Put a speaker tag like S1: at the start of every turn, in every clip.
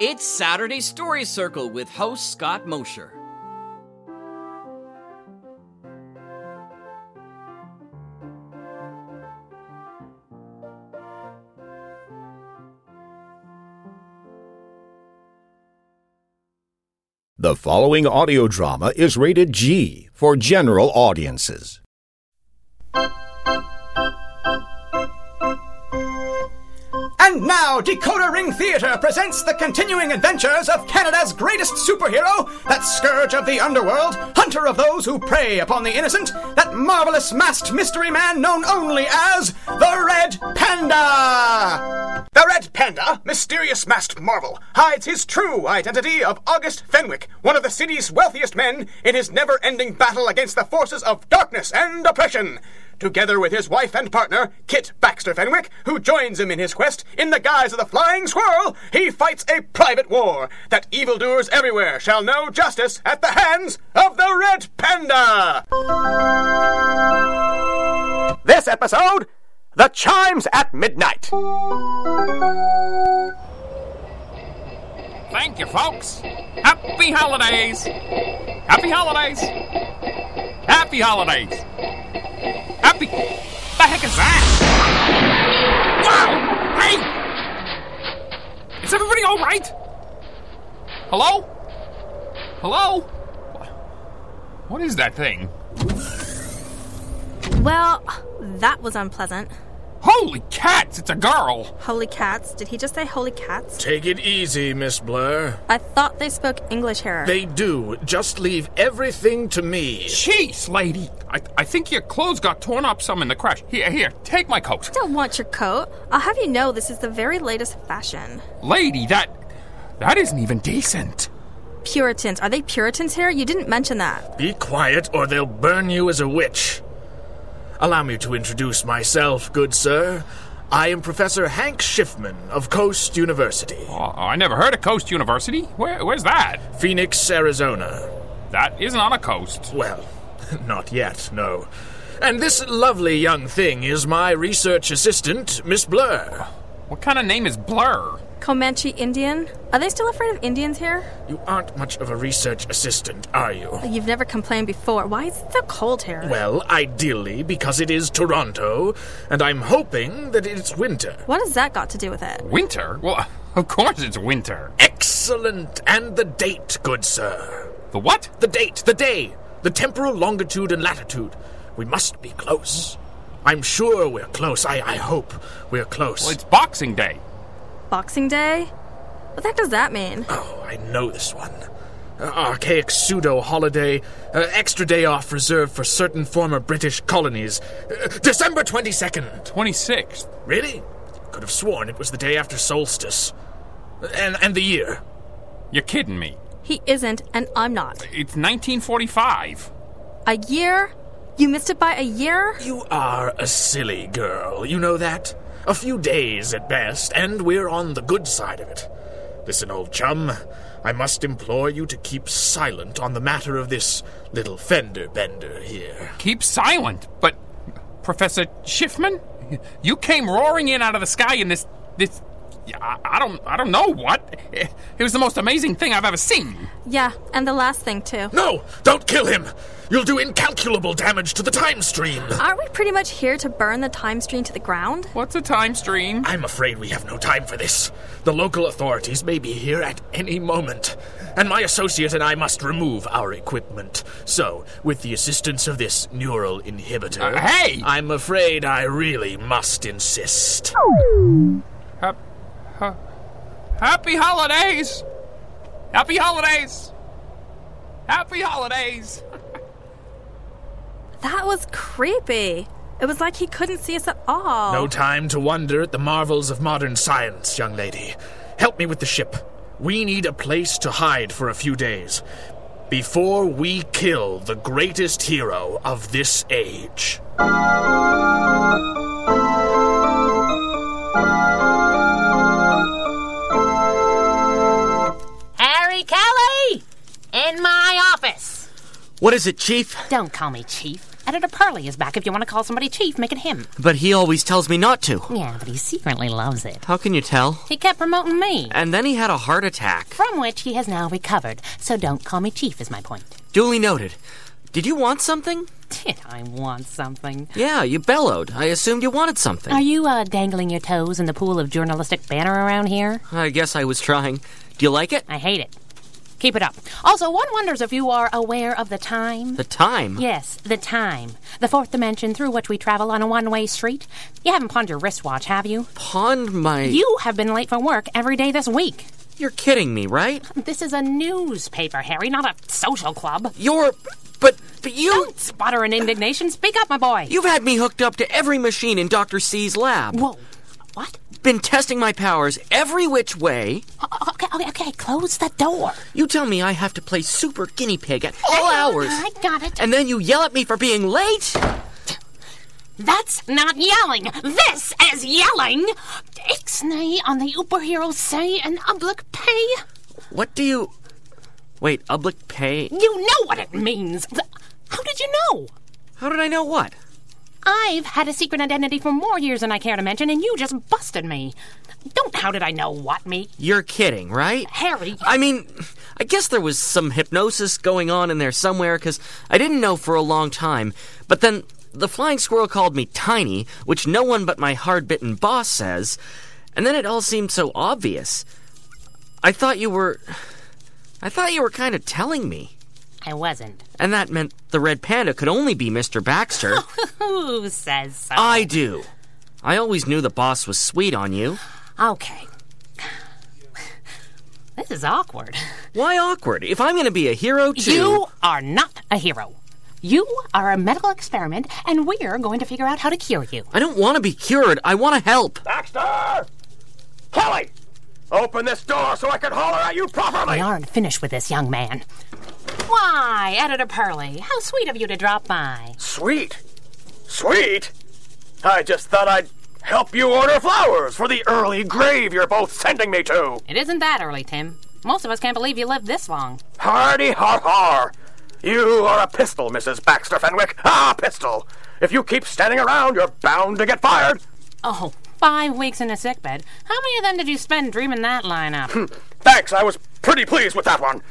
S1: It's Saturday Story Circle with host Scott Mosher.
S2: The following audio drama is rated G for general audiences.
S3: And now, Decoder Ring Theater presents the continuing adventures of Canada's greatest superhero, that scourge of the underworld, hunter of those who prey upon the innocent, that marvelous masked mystery man known only as the Red Panda! The Red Panda, mysterious masked marvel, hides his true identity of August Fenwick, one of the city's wealthiest men, in his never ending battle against the forces of darkness and oppression together with his wife and partner, Kit Baxter Fenwick, who joins him in his quest in the guise of the Flying Squirrel, he fights a private war that evildoers everywhere shall know justice at the hands of the Red Panda. This episode The Chimes at Midnight.
S4: Thank you, folks. Happy holidays. Happy holidays. Happy holidays. Happy. The heck is that? Wow! Hey! Is everybody all right? Hello? Hello? What is that thing?
S5: Well, that was unpleasant.
S4: Holy cats! It's a girl.
S5: Holy cats. Did he just say holy cats?
S6: Take it easy, Miss Blair.
S5: I thought they spoke English here.
S6: They do. Just leave everything to me.
S4: Jeez, lady. I, I think your clothes got torn up some in the crash. Here, here. Take my coat.
S5: don't want your coat. I'll have you know this is the very latest fashion.
S4: Lady, that that isn't even decent.
S5: Puritans. Are they Puritans here? You didn't mention that.
S6: Be quiet, or they'll burn you as a witch. Allow me to introduce myself, good sir. I am Professor Hank Schiffman of Coast University,
S4: Uh, I never heard of Coast University. Where, where's that?
S6: Phoenix, Arizona.
S4: That isn't on a coast.
S6: Well, not yet, no. And this lovely young thing is my research assistant, Miss Blair.
S4: What kind of name is Blur?
S5: Comanche Indian? Are they still afraid of Indians here?
S6: You aren't much of a research assistant, are you?
S5: You've never complained before. Why is it so cold here?
S6: Well, ideally, because it is Toronto, and I'm hoping that it's winter.
S5: what has that got to do with it?
S4: Winter? Well, of course it's winter.
S6: Excellent! And the date, good sir.
S4: The what?
S6: The date, the day, the temporal longitude and latitude. We must be close. I'm sure we're close. I, I hope we're close.
S4: Well, it's Boxing Day.
S5: Boxing Day? What the heck does that mean?
S6: Oh, I know this one. Uh, archaic pseudo holiday, uh, extra day off reserved for certain former British colonies. Uh, December 22nd.
S4: 26th.
S6: Really? Could have sworn it was the day after solstice. And and the year.
S4: You're kidding me.
S5: He isn't, and I'm not.
S4: It's 1945.
S5: A year? You missed it by a year?
S6: You are a silly girl, you know that? A few days at best, and we're on the good side of it. Listen, old chum, I must implore you to keep silent on the matter of this little fender bender here.
S4: Keep silent. But, Professor Schiffman? You came roaring in out of the sky in this. this. I, I don't. I don't know what. It was the most amazing thing I've ever seen.
S5: Yeah, and the last thing, too.
S6: No! Don't kill him! You'll do incalculable damage to the time stream!
S5: Aren't we pretty much here to burn the time stream to the ground?
S4: What's a time stream?
S6: I'm afraid we have no time for this. The local authorities may be here at any moment, and my associate and I must remove our equipment. So, with the assistance of this neural inhibitor.
S4: Uh, hey!
S6: I'm afraid I really must insist.
S4: Hap- ha- happy holidays! Happy holidays! Happy holidays!
S5: That was creepy. It was like he couldn't see us at all.
S6: No time to wonder at the marvels of modern science, young lady. Help me with the ship. We need a place to hide for a few days. Before we kill the greatest hero of this age.
S7: Harry Kelly! In my office!
S8: What is it, Chief?
S7: Don't call me Chief. Editor Parley is back if you want to call somebody chief, make it him.
S8: But he always tells me not to.
S7: Yeah, but he secretly loves it.
S8: How can you tell?
S7: He kept promoting me,
S8: And then he had a heart attack.
S7: from which he has now recovered. So don't call me chief, is my point.
S8: Duly noted. Did you want something?
S7: Did I want something?
S8: Yeah, you bellowed. I assumed you wanted something.
S7: Are you uh, dangling your toes in the pool of journalistic banner around here?
S8: I guess I was trying. Do you like it?
S7: I hate it. Keep it up. Also, one wonders if you are aware of the time.
S8: The time.
S7: Yes, the time. The fourth dimension through which we travel on a one way street. You haven't pawned your wristwatch, have you?
S8: Pawned my.
S7: You have been late for work every day this week.
S8: You're kidding me, right?
S7: This is a newspaper, Harry, not a social club.
S8: You're. But. But you.
S7: Don't sputter in indignation. Speak up, my boy.
S8: You've had me hooked up to every machine in Dr. C's lab.
S7: Whoa. What?
S8: Been testing my powers every which way.
S7: O- Okay, okay, okay. Close the door.
S8: You tell me I have to play super guinea pig at all
S7: Hang on,
S8: hours.
S7: I got it.
S8: And then you yell at me for being late?
S7: That's not yelling. This is yelling. Ixnay on the superhero say and public pay.
S8: What do you. Wait, public pay?
S7: You know what it means. Th- How did you know?
S8: How did I know what?
S7: I've had a secret identity for more years than I care to mention, and you just busted me. Don't how did I know what me?
S8: You're kidding, right?
S7: Harry.
S8: I mean, I guess there was some hypnosis going on in there somewhere because I didn't know for a long time. But then the flying squirrel called me tiny, which no one but my hard bitten boss says. And then it all seemed so obvious. I thought you were. I thought you were kind of telling me.
S7: I wasn't.
S8: And that meant the red panda could only be Mr. Baxter.
S7: Who says so?
S8: I do. I always knew the boss was sweet on you.
S7: Okay. This is awkward.
S8: Why awkward? If I'm going to be a hero, too.
S7: You are not a hero. You are a medical experiment, and we're going to figure out how to cure you.
S8: I don't want to be cured. I want to help.
S3: Baxter! Kelly! Open this door so I can holler at you properly!
S7: We aren't finished with this young man. Why, Editor Purley, how sweet of you to drop by.
S3: Sweet. Sweet? I just thought I'd help you order flowers for the early grave you're both sending me to.
S7: It isn't that early, Tim. Most of us can't believe you lived this long.
S3: Hardy har har. You are a pistol, Mrs. Baxter Fenwick. Ah, pistol. If you keep standing around, you're bound to get fired.
S7: Oh, five weeks in a sickbed. How many of them did you spend dreaming that lineup?
S3: Thanks, I was pretty pleased with that one.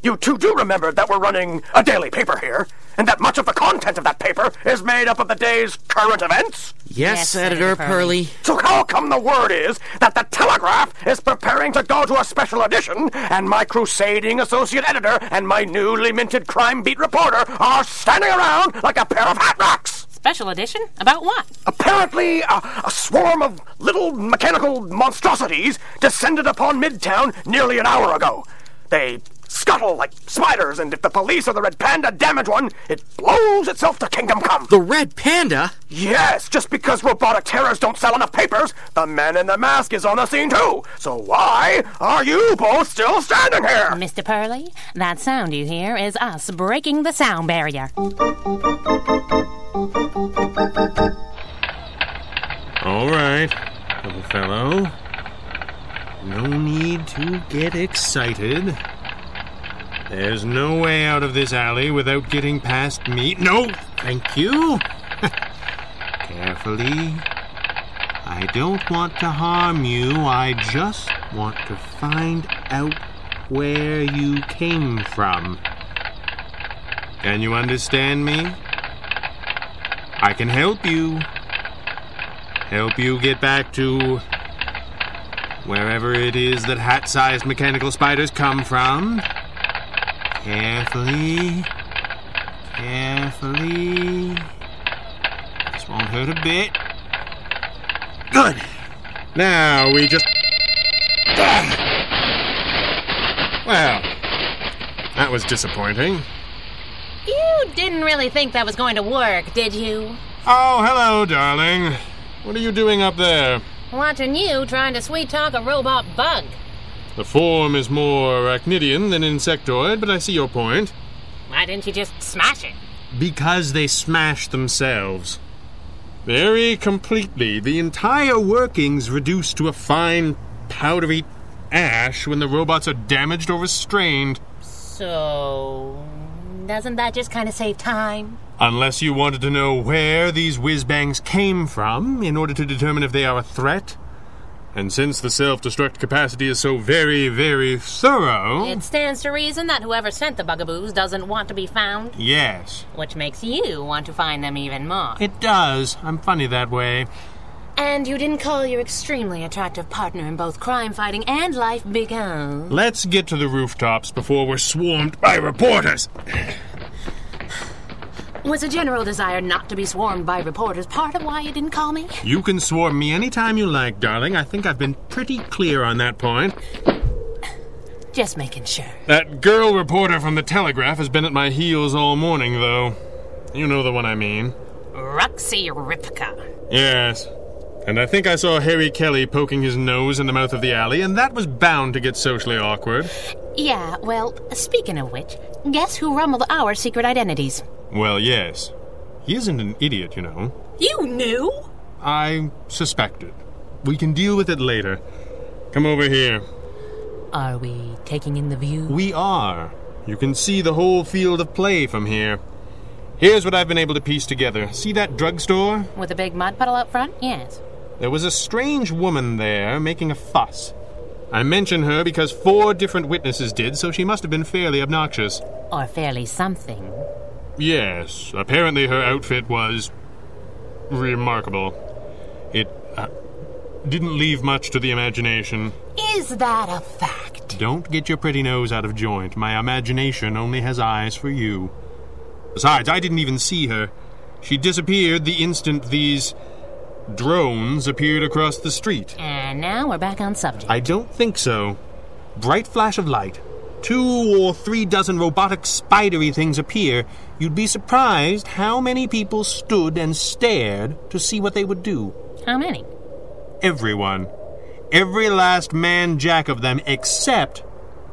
S3: You two do remember that we're running a daily paper here, and that much of the content of that paper is made up of the day's current events.
S8: Yes,
S7: Yes,
S8: Editor
S7: Editor Purley.
S8: Purley.
S3: So how come the word is that the Telegraph is preparing to go to a special edition, and my crusading associate editor and my newly minted crime beat reporter are standing around like a pair of hat racks?
S7: Special edition? About what?
S3: Apparently, a, a swarm of little mechanical monstrosities descended upon Midtown nearly an hour ago. They scuttle like spiders, and if the police or the Red Panda damage one, it blows itself to kingdom come.
S8: The red panda?
S3: Yes, just because robotic terrors don't sell enough papers, the man in the mask is on the scene too. So why are you both still standing here?
S7: Mr. Purley, that sound you hear is us breaking the sound barrier.
S9: All right, little fellow. No need to get excited. There's no way out of this alley without getting past me. No, thank you. Carefully. I don't want to harm you. I just want to find out where you came from. Can you understand me? I can help you help you get back to wherever it is that hat sized mechanical spiders come from. Carefully. Carefully. This won't hurt a bit. Good. Now we just. Ah. Well, that was disappointing.
S7: You didn't really think that was going to work, did you?
S9: Oh, hello, darling. What are you doing up there?
S7: Watching you trying to sweet talk a robot bug.
S9: The form is more arachnidian than insectoid, but I see your point.
S7: Why didn't you just smash it?
S9: Because they smash themselves. Very completely. The entire workings reduced to a fine, powdery ash when the robots are damaged or restrained.
S7: So. doesn't that just kind of save time?
S9: Unless you wanted to know where these whiz bangs came from in order to determine if they are a threat. And since the self destruct capacity is so very, very thorough.
S7: It stands to reason that whoever sent the bugaboos doesn't want to be found,
S9: yes.
S7: which makes you want to find them even more.
S9: It does. I'm funny that way.
S7: And you didn't call your extremely attractive partner in both crime fighting and life Big O.
S9: Let's get to the rooftops before we're swarmed by reporters.
S7: Was a general desire not to be swarmed by reporters part of why you didn't call me?
S9: You can swarm me anytime you like, darling. I think I've been pretty clear on that point.
S7: Just making sure.
S9: That girl reporter from the Telegraph has been at my heels all morning, though. You know the one I mean.
S7: Ruxy Ripka.
S9: Yes. And I think I saw Harry Kelly poking his nose in the mouth of the alley, and that was bound to get socially awkward.
S7: Yeah, well, speaking of which, guess who rumbled our secret identities?
S9: Well, yes. He isn't an idiot, you know.
S7: You knew?
S9: I suspected. We can deal with it later. Come over here.
S7: Are we taking in the view?
S9: We are. You can see the whole field of play from here. Here's what I've been able to piece together. See that drugstore?
S7: With a big mud puddle up front? Yes.
S9: There was a strange woman there making a fuss. I mention her because four different witnesses did, so she must have been fairly obnoxious.
S7: Or fairly something.
S9: Yes, apparently her outfit was remarkable. It uh, didn't leave much to the imagination.
S7: Is that a fact?
S9: Don't get your pretty nose out of joint. My imagination only has eyes for you. Besides, I didn't even see her. She disappeared the instant these drones appeared across the street.
S7: And now we're back on subject.
S9: I don't think so. Bright flash of light. Two or three dozen robotic spidery things appear. You'd be surprised how many people stood and stared to see what they would do.
S7: How many?
S9: Everyone. Every last man jack of them except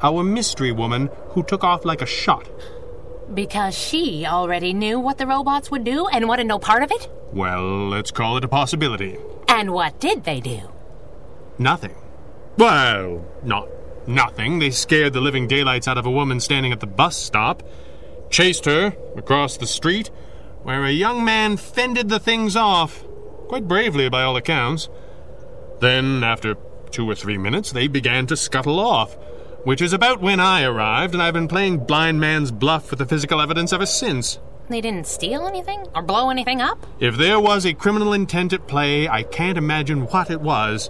S9: our mystery woman who took off like a shot.
S7: Because she already knew what the robots would do and wanted no part of it?
S9: Well, let's call it a possibility.
S7: And what did they do?
S9: Nothing. Well, not nothing. They scared the living daylights out of a woman standing at the bus stop, chased her across the street, where a young man fended the things off, quite bravely by all accounts. Then, after two or three minutes, they began to scuttle off, which is about when I arrived, and I've been playing blind man's bluff with the physical evidence ever since.
S7: They didn't steal anything or blow anything up?
S9: If there was a criminal intent at play, I can't imagine what it was.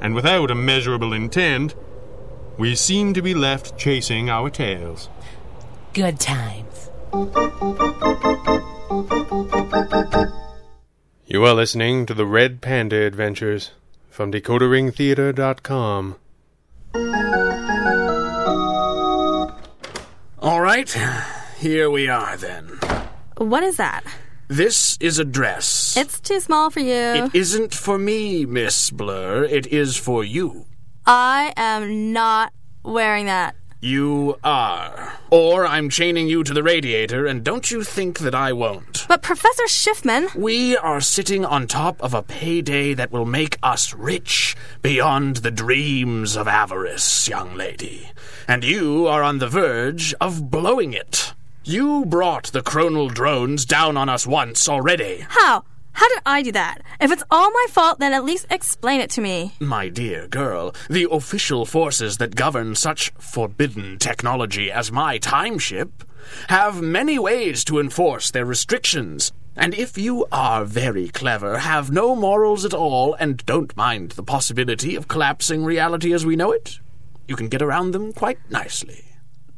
S9: And without a measurable intent, we seem to be left chasing our tails.
S7: Good times.
S9: You are listening to the Red Panda Adventures from DecoderingTheater.com.
S6: All right, here we are then.
S5: What is that?
S6: This is a dress.
S5: It's too small for you.
S6: It isn't for me, Miss Blur. It is for you.
S5: I am not wearing that.
S6: You are. Or I'm chaining you to the radiator, and don't you think that I won't.
S5: But Professor Schiffman,
S6: We are sitting on top of a payday that will make us rich beyond the dreams of avarice, young lady. And you are on the verge of blowing it. You brought the chronal drones down on us once already.
S5: how? How did I do that? If it's all my fault, then at least explain it to me.
S6: My dear girl, the official forces that govern such forbidden technology as my time ship have many ways to enforce their restrictions. And if you are very clever, have no morals at all, and don't mind the possibility of collapsing reality as we know it, you can get around them quite nicely.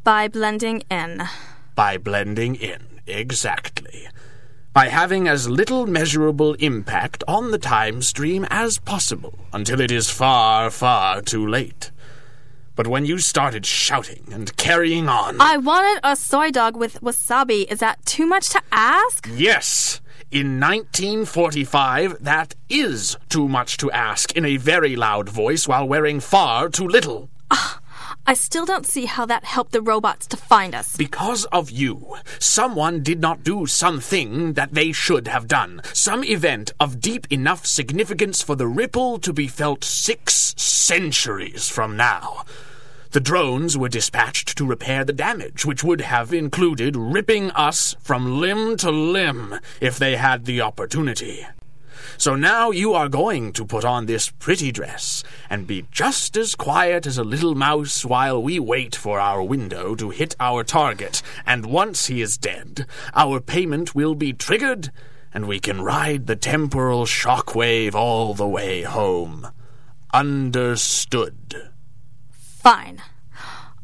S5: By blending in.
S6: By blending in, exactly. By having as little measurable impact on the time stream as possible until it is far, far too late. But when you started shouting and carrying on.
S5: I wanted a soy dog with wasabi. Is that too much to ask?
S6: Yes! In 1945, that is too much to ask in a very loud voice while wearing far too little.
S5: I still don't see how that helped the robots to find us.
S6: Because of you, someone did not do something that they should have done. Some event of deep enough significance for the ripple to be felt six centuries from now. The drones were dispatched to repair the damage, which would have included ripping us from limb to limb if they had the opportunity. So now you are going to put on this pretty dress and be just as quiet as a little mouse while we wait for our window to hit our target. And once he is dead, our payment will be triggered and we can ride the temporal shock wave all the way home. Understood.
S5: Fine.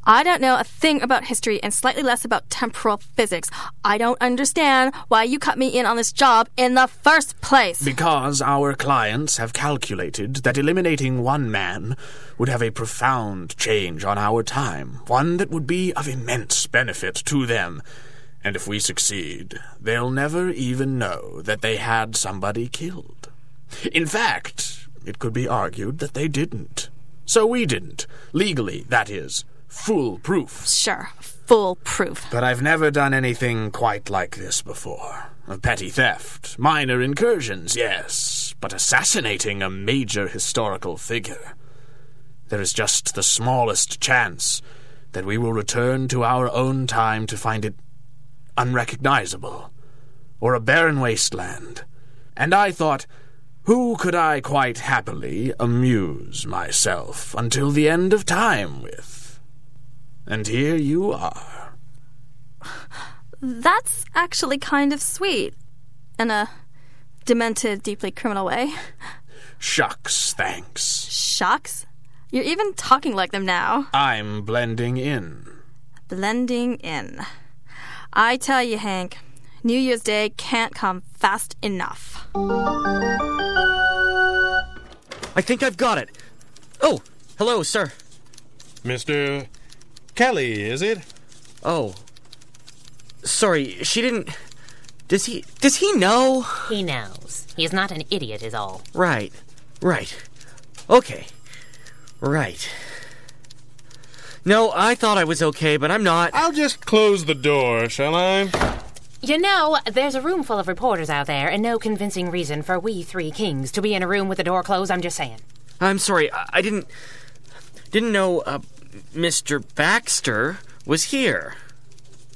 S5: I don't know a thing about history and slightly less about temporal physics. I don't understand why you cut me in on this job in the first place.
S6: Because our clients have calculated that eliminating one man would have a profound change on our time, one that would be of immense benefit to them. And if we succeed, they'll never even know that they had somebody killed. In fact, it could be argued that they didn't. So we didn't. Legally, that is, foolproof.
S5: sure, foolproof.
S6: But I've never done anything quite like this before. A petty theft, minor incursions, yes, but assassinating a major historical figure. There is just the smallest chance that we will return to our own time to find it unrecognizable, or a barren wasteland. And I thought, who could I quite happily amuse myself until the end of time with? And here you are.
S5: That's actually kind of sweet. In a demented, deeply criminal way.
S6: Shucks, thanks.
S5: Shucks. You're even talking like them now.
S6: I'm blending in.
S5: Blending in. I tell you, Hank, New Year's Day can't come fast enough.
S8: I think I've got it. Oh, hello, sir.
S9: Mr. Kelly, is it?
S8: Oh. Sorry, she didn't. Does he. Does he know?
S7: He knows. He is not an idiot, is all.
S8: Right. Right. Okay. Right. No, I thought I was okay, but I'm not.
S9: I'll just close the door, shall I?
S7: You know, there's a room full of reporters out there, and no convincing reason for we three kings to be in a room with the door closed. I'm just saying.
S8: I'm sorry. I, I didn't. Didn't know, uh, Mr. Baxter was here.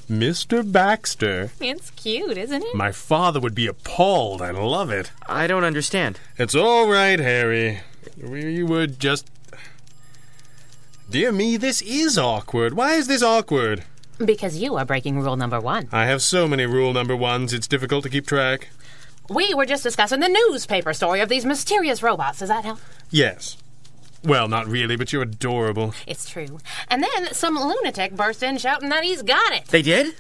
S9: Mr. Baxter.
S7: It's cute, isn't it?
S9: My father would be appalled. I love it.
S8: I don't understand.
S9: It's all right, Harry. We were just. Dear me, this is awkward. Why is this awkward?
S7: Because you are breaking rule number one.
S9: I have so many rule number ones, it's difficult to keep track.
S7: We were just discussing the newspaper story of these mysterious robots. Does that help?
S9: Yes. Well, not really, but you're adorable.
S7: It's true. And then some lunatic burst in shouting that he's got it.
S8: They did?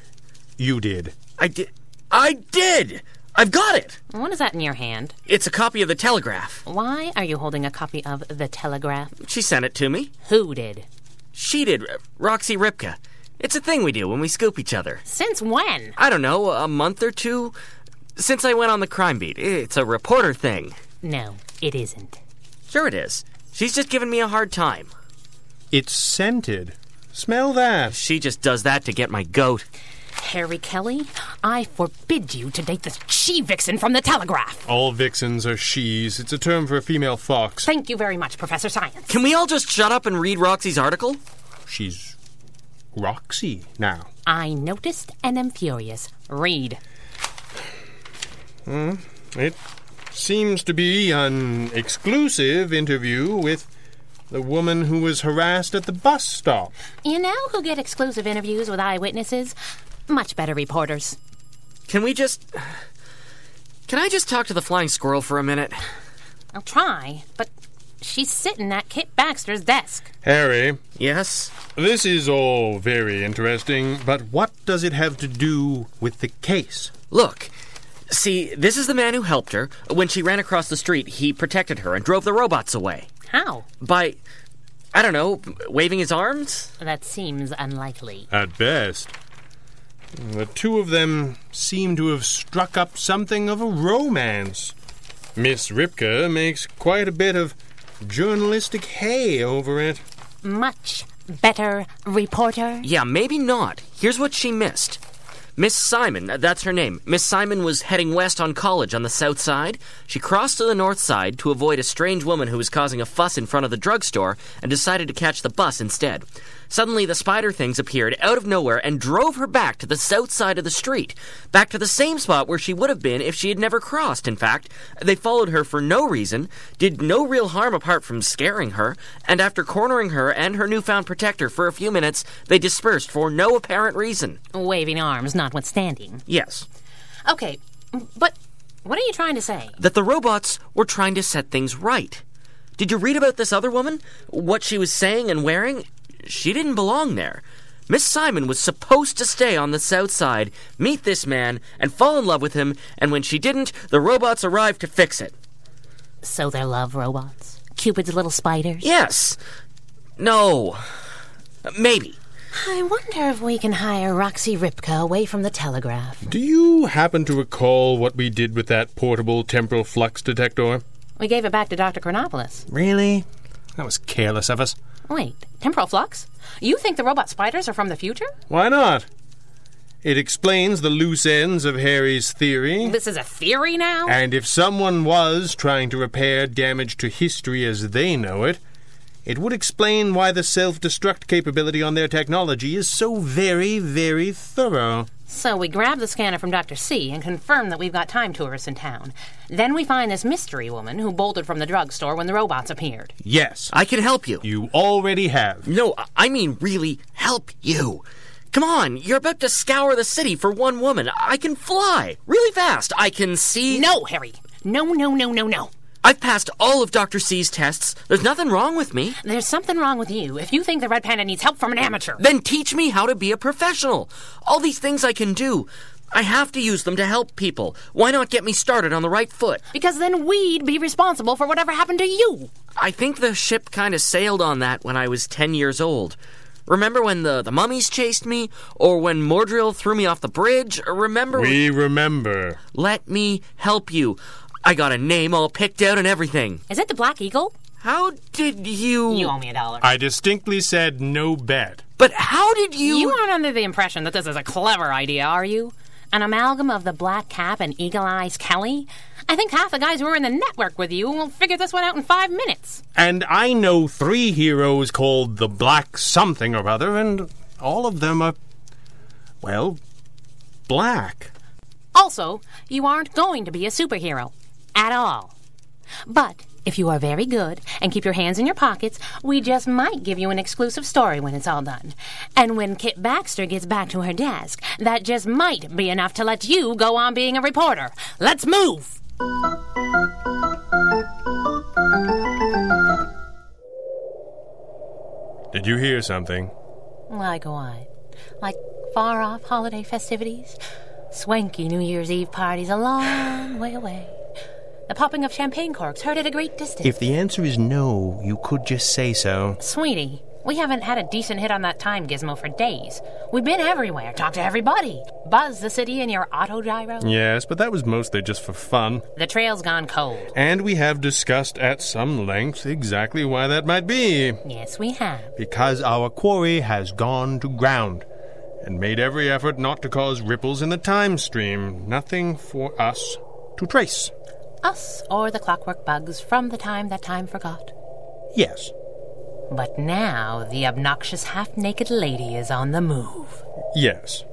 S9: You did.
S8: I did. I did! I've got it!
S7: What is that in your hand?
S8: It's a copy of the Telegraph.
S7: Why are you holding a copy of The Telegraph?
S8: She sent it to me.
S7: Who did?
S8: She did. R- Roxy Ripka. It's a thing we do when we scoop each other.
S7: Since when?
S8: I don't know, a month or two since I went on the crime beat. It's a reporter thing.
S7: No, it isn't.
S8: Sure it is. She's just giving me a hard time.
S9: It's scented. Smell that.
S8: She just does that to get my goat.
S7: Harry Kelly, I forbid you to date this she vixen from The Telegraph.
S9: All vixens are she's. It's a term for a female fox.
S7: Thank you very much, Professor Science.
S8: Can we all just shut up and read Roxy's article?
S9: She's Roxy now.
S7: I noticed and am furious. Read.
S9: It seems to be an exclusive interview with the woman who was harassed at the bus stop.
S7: You know who get exclusive interviews with eyewitnesses? Much better reporters.
S8: Can we just. Can I just talk to the flying squirrel for a minute?
S7: I'll try, but she's sitting at Kit Baxter's desk.
S9: Harry,
S8: Yes?
S9: this is all very interesting, but what does it have to do with the case?
S8: Look. See, this is the man who helped her. When she ran across the street, he protected her and drove the robots away.
S7: How?
S8: By. I don't know, waving his arms?
S7: That seems unlikely.
S9: At best. The two of them seem to have struck up something of a romance. Miss Ripka makes quite a bit of journalistic hay over it.
S7: Much better reporter.
S8: Yeah, maybe not. Here's what she missed. Miss Simon, th- that's her name. Miss Simon was heading west on college on the south side. She crossed to the north side to avoid a strange woman who was causing a fuss in front of the drugstore and decided to catch the bus instead. Suddenly, the spider things appeared out of nowhere and drove her back to the south side of the street, back to the same spot where she would have been if she had never crossed. In fact, they followed her for no reason, did no real harm apart from scaring her, and after cornering her and her newfound protector for a few minutes, they dispersed for no apparent reason.
S7: Waving arms notwithstanding.
S8: Yes.
S7: Okay, but what are you trying to say?
S8: that the robots were trying to set things right. Did you read about this other woman? What she was saying and wearing? She didn't belong there. Miss Simon was supposed to stay on the south side, meet this man, and fall in love with him, and when she didn't, the robots arrived to fix it.
S7: So they're love robots? Cupid's little spiders?
S8: Yes. No. Maybe.
S7: I wonder if we can hire Roxy Ripka away from the telegraph.
S9: Do you happen to recall what we did with that portable temporal flux detector?
S7: We gave it back to Dr. Chronopoulos.
S9: Really? That was careless of us.
S7: Wait, temporal flux? You think the robot spiders are from the future?
S9: Why not? It explains the loose ends of Harry's theory.
S7: This is a theory now?
S9: And if someone was trying to repair damage to history as they know it, it would explain why the self destruct capability on their technology is so very, very thorough.
S7: So we grab the scanner from Dr. C and confirm that we've got time tourists in town. Then we find this mystery woman who bolted from the drugstore when the robots appeared.
S9: Yes,
S8: I can help you.
S9: you already have.
S8: No, I- I mean really help you. Come on, you're about to scour the city for one woman. I can fly really fast. I can see.
S7: No, Harry. No, no, no, no, no.
S8: I've passed all of Dr. C's tests. There's nothing wrong with me.
S7: There's something wrong with you if you think the Red Panda needs help from an amateur.
S8: Then teach me how to be a professional. All these things I can do. I have to use them to help people. Why not get me started on the right foot?
S7: Because then we'd be responsible for whatever happened to you.
S8: I think the ship kind of sailed on that when I was 10 years old. Remember when the, the mummies chased me? Or when Mordrill threw me off the bridge? Or Remember when-
S9: We remember.
S8: Let me help you. I got a name all picked out and everything.
S7: Is it the Black Eagle?
S8: How did you.
S7: You owe me a dollar.
S9: I distinctly said no bet.
S8: But how did you.
S7: You aren't under the impression that this is a clever idea, are you? An amalgam of the Black Cap and Eagle Eyes Kelly? I think half the guys who were in the network with you will figure this one out in five minutes.
S9: And I know three heroes called the Black Something or Other, and all of them are. well, black.
S7: Also, you aren't going to be a superhero. At all. But if you are very good and keep your hands in your pockets, we just might give you an exclusive story when it's all done. And when Kit Baxter gets back to her desk, that just might be enough to let you go on being a reporter. Let's move!
S9: Did you hear something?
S7: Like what? Like far off holiday festivities? Swanky New Year's Eve parties a long way away. The popping of champagne corks heard at a great distance.
S9: If the answer is no, you could just say so.
S7: Sweetie, we haven't had a decent hit on that time gizmo for days. We've been everywhere, talked to everybody. Buzz the city in your auto gyro.
S9: Yes, but that was mostly just for fun.
S7: The trail's gone cold.
S9: And we have discussed at some length exactly why that might be.
S7: Yes, we have.
S9: Because our quarry has gone to ground and made every effort not to cause ripples in the time stream. Nothing for us to trace.
S7: Us or the clockwork bugs from the time that time forgot.
S9: Yes.
S7: But now the obnoxious half naked lady is on the move.
S9: Yes.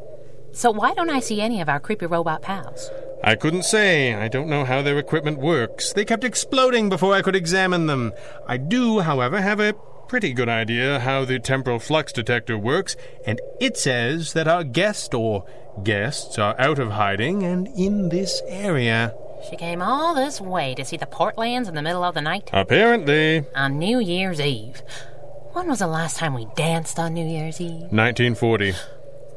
S7: So why don't I see any of our creepy robot pals?
S9: I couldn't say. I don't know how their equipment works. They kept exploding before I could examine them. I do, however, have a pretty good idea how the temporal flux detector works, and it says that our guest or guests are out of hiding and in this area.
S7: She came all this way to see the Portlands in the middle of the night
S9: Apparently.
S7: on New Year's Eve. When was the last time we danced on New Year's Eve?
S9: 1940.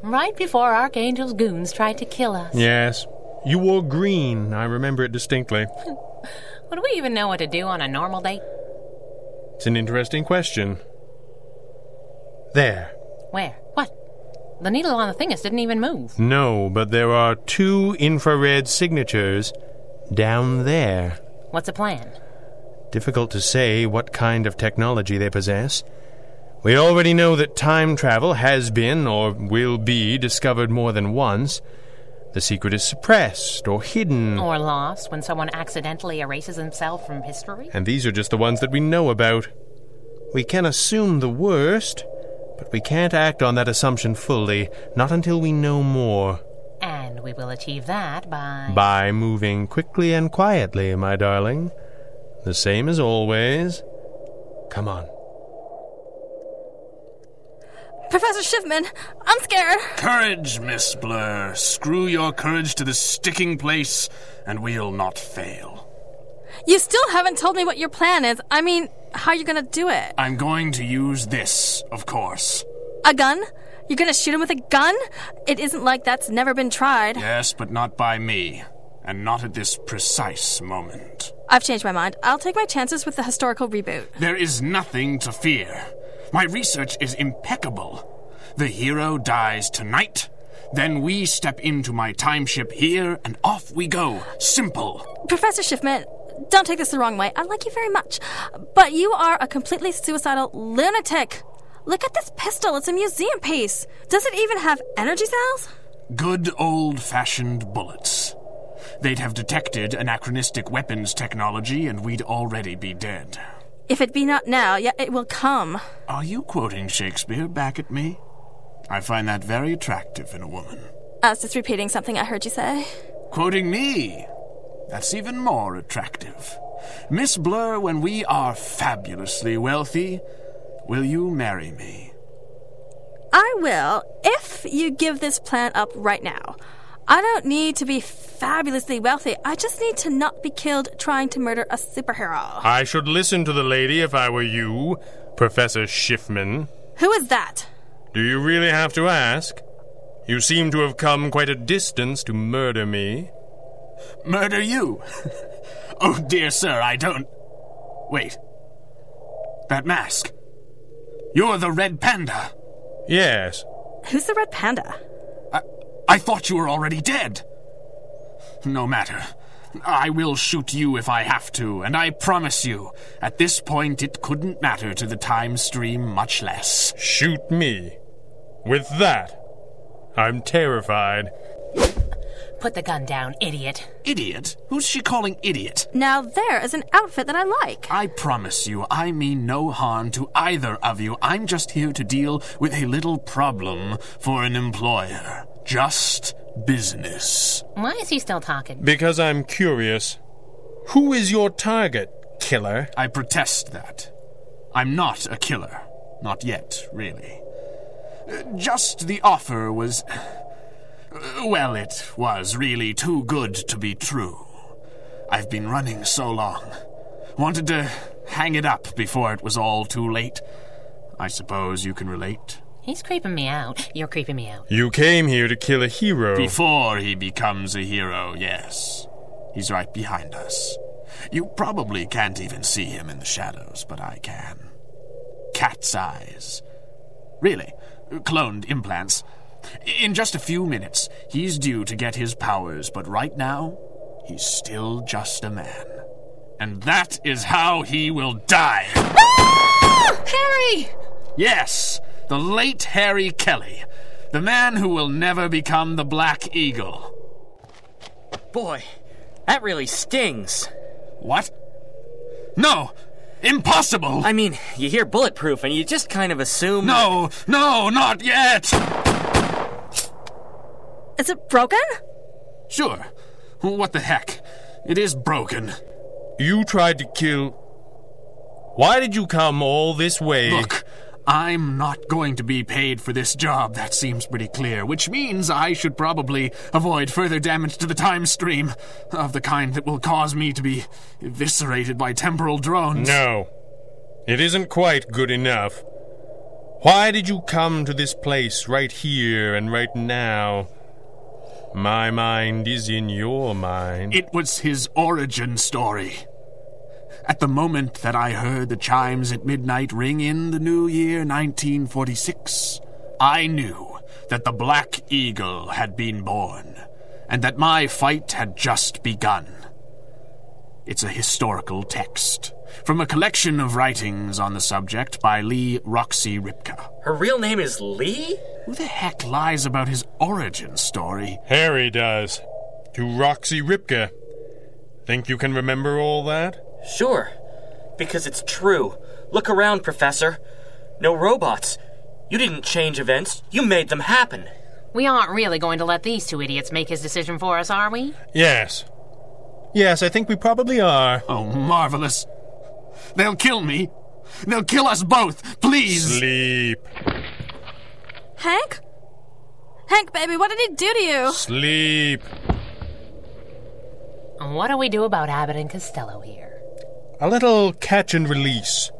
S7: Right before Archangel's goons tried to kill us.
S9: Yes. You wore green. I remember it distinctly.
S7: Would we even know what to do on a normal date?
S9: It's an interesting question. There.
S7: Where? What? The needle on the thingus didn't even move.
S9: No, but there are two infrared signatures down there.
S7: What's the plan?
S9: Difficult to say what kind of technology they possess. We already know that time travel has been or will be discovered more than once. The secret is suppressed or hidden,
S7: Or lost when someone accidentally erases himself from history?
S9: and these are just the ones that we know about. We can assume the worst, but we can't act on that assumption fully, not until we know more.
S7: And we will achieve that by.
S9: By moving quickly and quietly, my darling. The same as always. Come on.
S5: Professor Schiffman, I'm scared.
S6: Courage, Miss Blur. Screw your courage to the sticking place, and we'll not fail.
S5: You still haven't told me what your plan is. I mean, how you gonna do it?
S6: I'm going to use this, of course.
S5: A gun? You're gonna shoot him with a gun? It isn't like that's never been tried.
S6: Yes, but not by me, and not at this precise moment.
S5: I've changed my mind. I'll take my chances with the historical reboot.
S6: There is nothing to fear. My research is impeccable. The hero dies tonight. Then we step into my time ship here and off we go. Simple.
S5: Professor Schiffman, don't take this the wrong way. I like you very much. But you are a completely suicidal lunatic. Look at this pistol. It's a museum piece. Does it even have energy cells?
S6: Good old fashioned bullets. They'd have detected anachronistic weapons technology and we'd already be dead.
S5: If it be not now, yet it will come.
S6: Are you quoting Shakespeare back at me? I find that very attractive in a woman.
S5: I was just repeating something I heard you say.
S6: Quoting me? That's even more attractive. Miss Blur, when we are fabulously wealthy, will you marry me?
S5: I will if you give this plan up right now. I don't need to be fabulously wealthy. I just need to not be killed trying to murder a superhero.
S9: I should listen to the lady if I were you, Professor Schiffman.
S5: Who is that?
S9: Do you really have to ask? You seem to have come quite a distance to murder me.
S6: Murder you? oh, dear sir, I don't. Wait. That mask. You're the Red Panda.
S9: Yes.
S5: Who's the red panda?
S6: I, I thought you were already dead. No matter. I will shoot you if I have to, and I promise you, at this point it couldn't matter to the time stream much less.
S9: Shoot me. With that. I'm terrified.
S7: Put the gun down, idiot.
S6: Idiot? Who's she calling idiot?
S5: Now there is an outfit that I like.
S6: I promise you, I mean no harm to either of you. I'm just here to deal with a little problem for an employer. Just business.
S7: Why is he still talking?
S9: Because I'm curious. Who is your target, killer?
S6: I protest that. I'm not a killer. Not yet, really. Uh, Just the offer was. Uh, Well, it was really too good to be true. I've been running so long. Wanted to hang it up before it was all too late. I suppose you can relate.
S7: He's creeping me out. You're creeping me out.
S9: You came here to kill a hero.
S6: Before he becomes a hero, yes. He's right behind us. You probably can't even see him in the shadows, but I can. Cat's eyes. Really, cloned implants. In just a few minutes, he's due to get his powers, but right now, he's still just a man. And that is how he will die.
S7: Harry!
S6: Yes, the late Harry Kelly, the man who will never become the Black Eagle.
S8: Boy, that really stings.
S6: What? No! Impossible!
S8: I mean, you hear bulletproof and you just kind of assume.
S6: No, no, not yet!
S5: Is it broken?
S6: Sure. What the heck? It is broken.
S9: You tried to kill. Why did you come all this way?
S6: Look, I'm not going to be paid for this job, that seems pretty clear, which means I should probably avoid further damage to the time stream of the kind that will cause me to be eviscerated by temporal drones.
S9: No. It isn't quite good enough. Why did you come to this place right here and right now? My mind is in your mind.
S6: It was his origin story. At the moment that I heard the chimes at midnight ring in the new year 1946, I knew that the Black Eagle had been born, and that my fight had just begun. It's a historical text, from a collection of writings on the subject by Lee Roxy Ripka.
S8: Her real name is Lee?
S6: Who the heck lies about his origin story?
S9: Harry does. To Roxy Ripka. Think you can remember all that?
S8: Sure. Because it's true. Look around, Professor. No robots. You didn't change events, you made them happen.
S7: We aren't really going to let these two idiots make his decision for us, are we?
S9: Yes. Yes, I think we probably are.
S6: Oh, marvelous. They'll kill me. They'll kill us both. Please.
S9: Sleep.
S5: Hank? Hank, baby, what did he do to you?
S9: Sleep.
S7: What do we do about Abbott and Costello here?
S9: A little catch and release.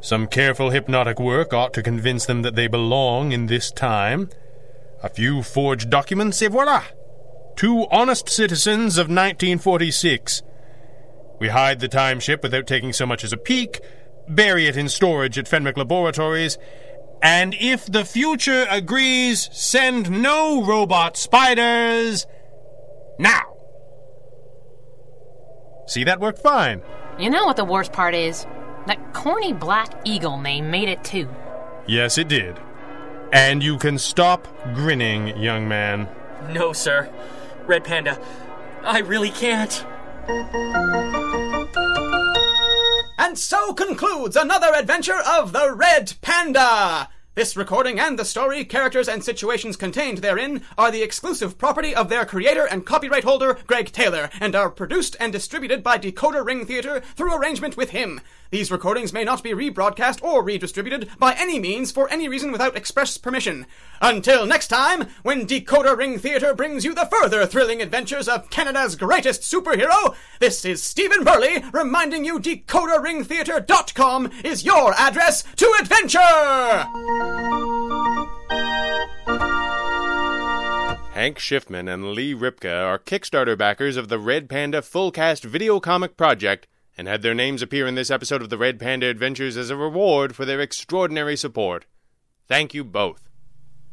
S9: Some careful hypnotic work ought to convince them that they belong in this time. A few forged documents, et voila! Two honest citizens of 1946. We hide the time ship without taking so much as a peek, bury it in storage at Fenwick Laboratories, and if the future agrees, send no robot spiders now! See, that worked fine.
S7: You know what the worst part is? That corny black eagle name made it too.
S9: Yes, it did. And you can stop grinning, young man.
S8: No, sir. Red Panda, I really can't.
S3: And so concludes another adventure of the Red Panda! This recording and the story, characters, and situations contained therein are the exclusive property of their creator and copyright holder, Greg Taylor, and are produced and distributed by Decoder Ring Theater through arrangement with him. These recordings may not be rebroadcast or redistributed by any means for any reason without express permission. Until next time, when Decoder Ring Theater brings you the further thrilling adventures of Canada's greatest superhero, this is Stephen Burley reminding you DecoderRingTheater.com is your address to adventure!
S9: Hank Schiffman and Lee Ripka are Kickstarter backers of the Red Panda Full Cast Video Comic Project and had their names appear in this episode of the Red Panda Adventures as a reward for their extraordinary support. Thank you both.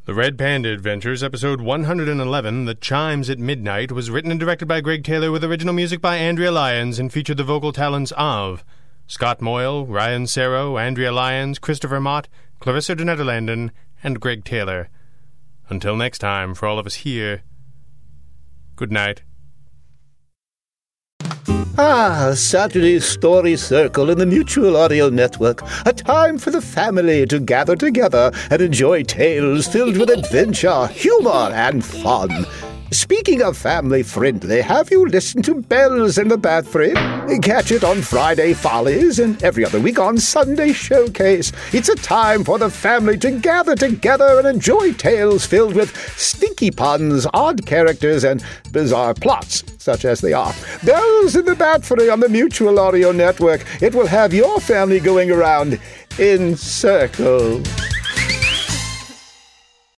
S9: The Red Panda Adventures, episode 111, The Chimes at Midnight, was written and directed by Greg Taylor with original music by Andrea Lyons and featured the vocal talents of Scott Moyle, Ryan Serro, Andrea Lyons, Christopher Mott, Clarissa de Nederlanden, and Greg Taylor. Until next time, for all of us here, good night.
S10: Ah, Saturday's Story Circle in the Mutual Audio Network. A time for the family to gather together and enjoy tales filled with adventure, humor, and fun. Speaking of family friendly, have you listened to Bells in the Bathroom? Catch it on Friday Follies and every other week on Sunday Showcase. It's a time for the family to gather together and enjoy tales filled with stinky puns, odd characters, and bizarre plots, such as they are. Bells in the Bathroom on the Mutual Audio Network. It will have your family going around in circles.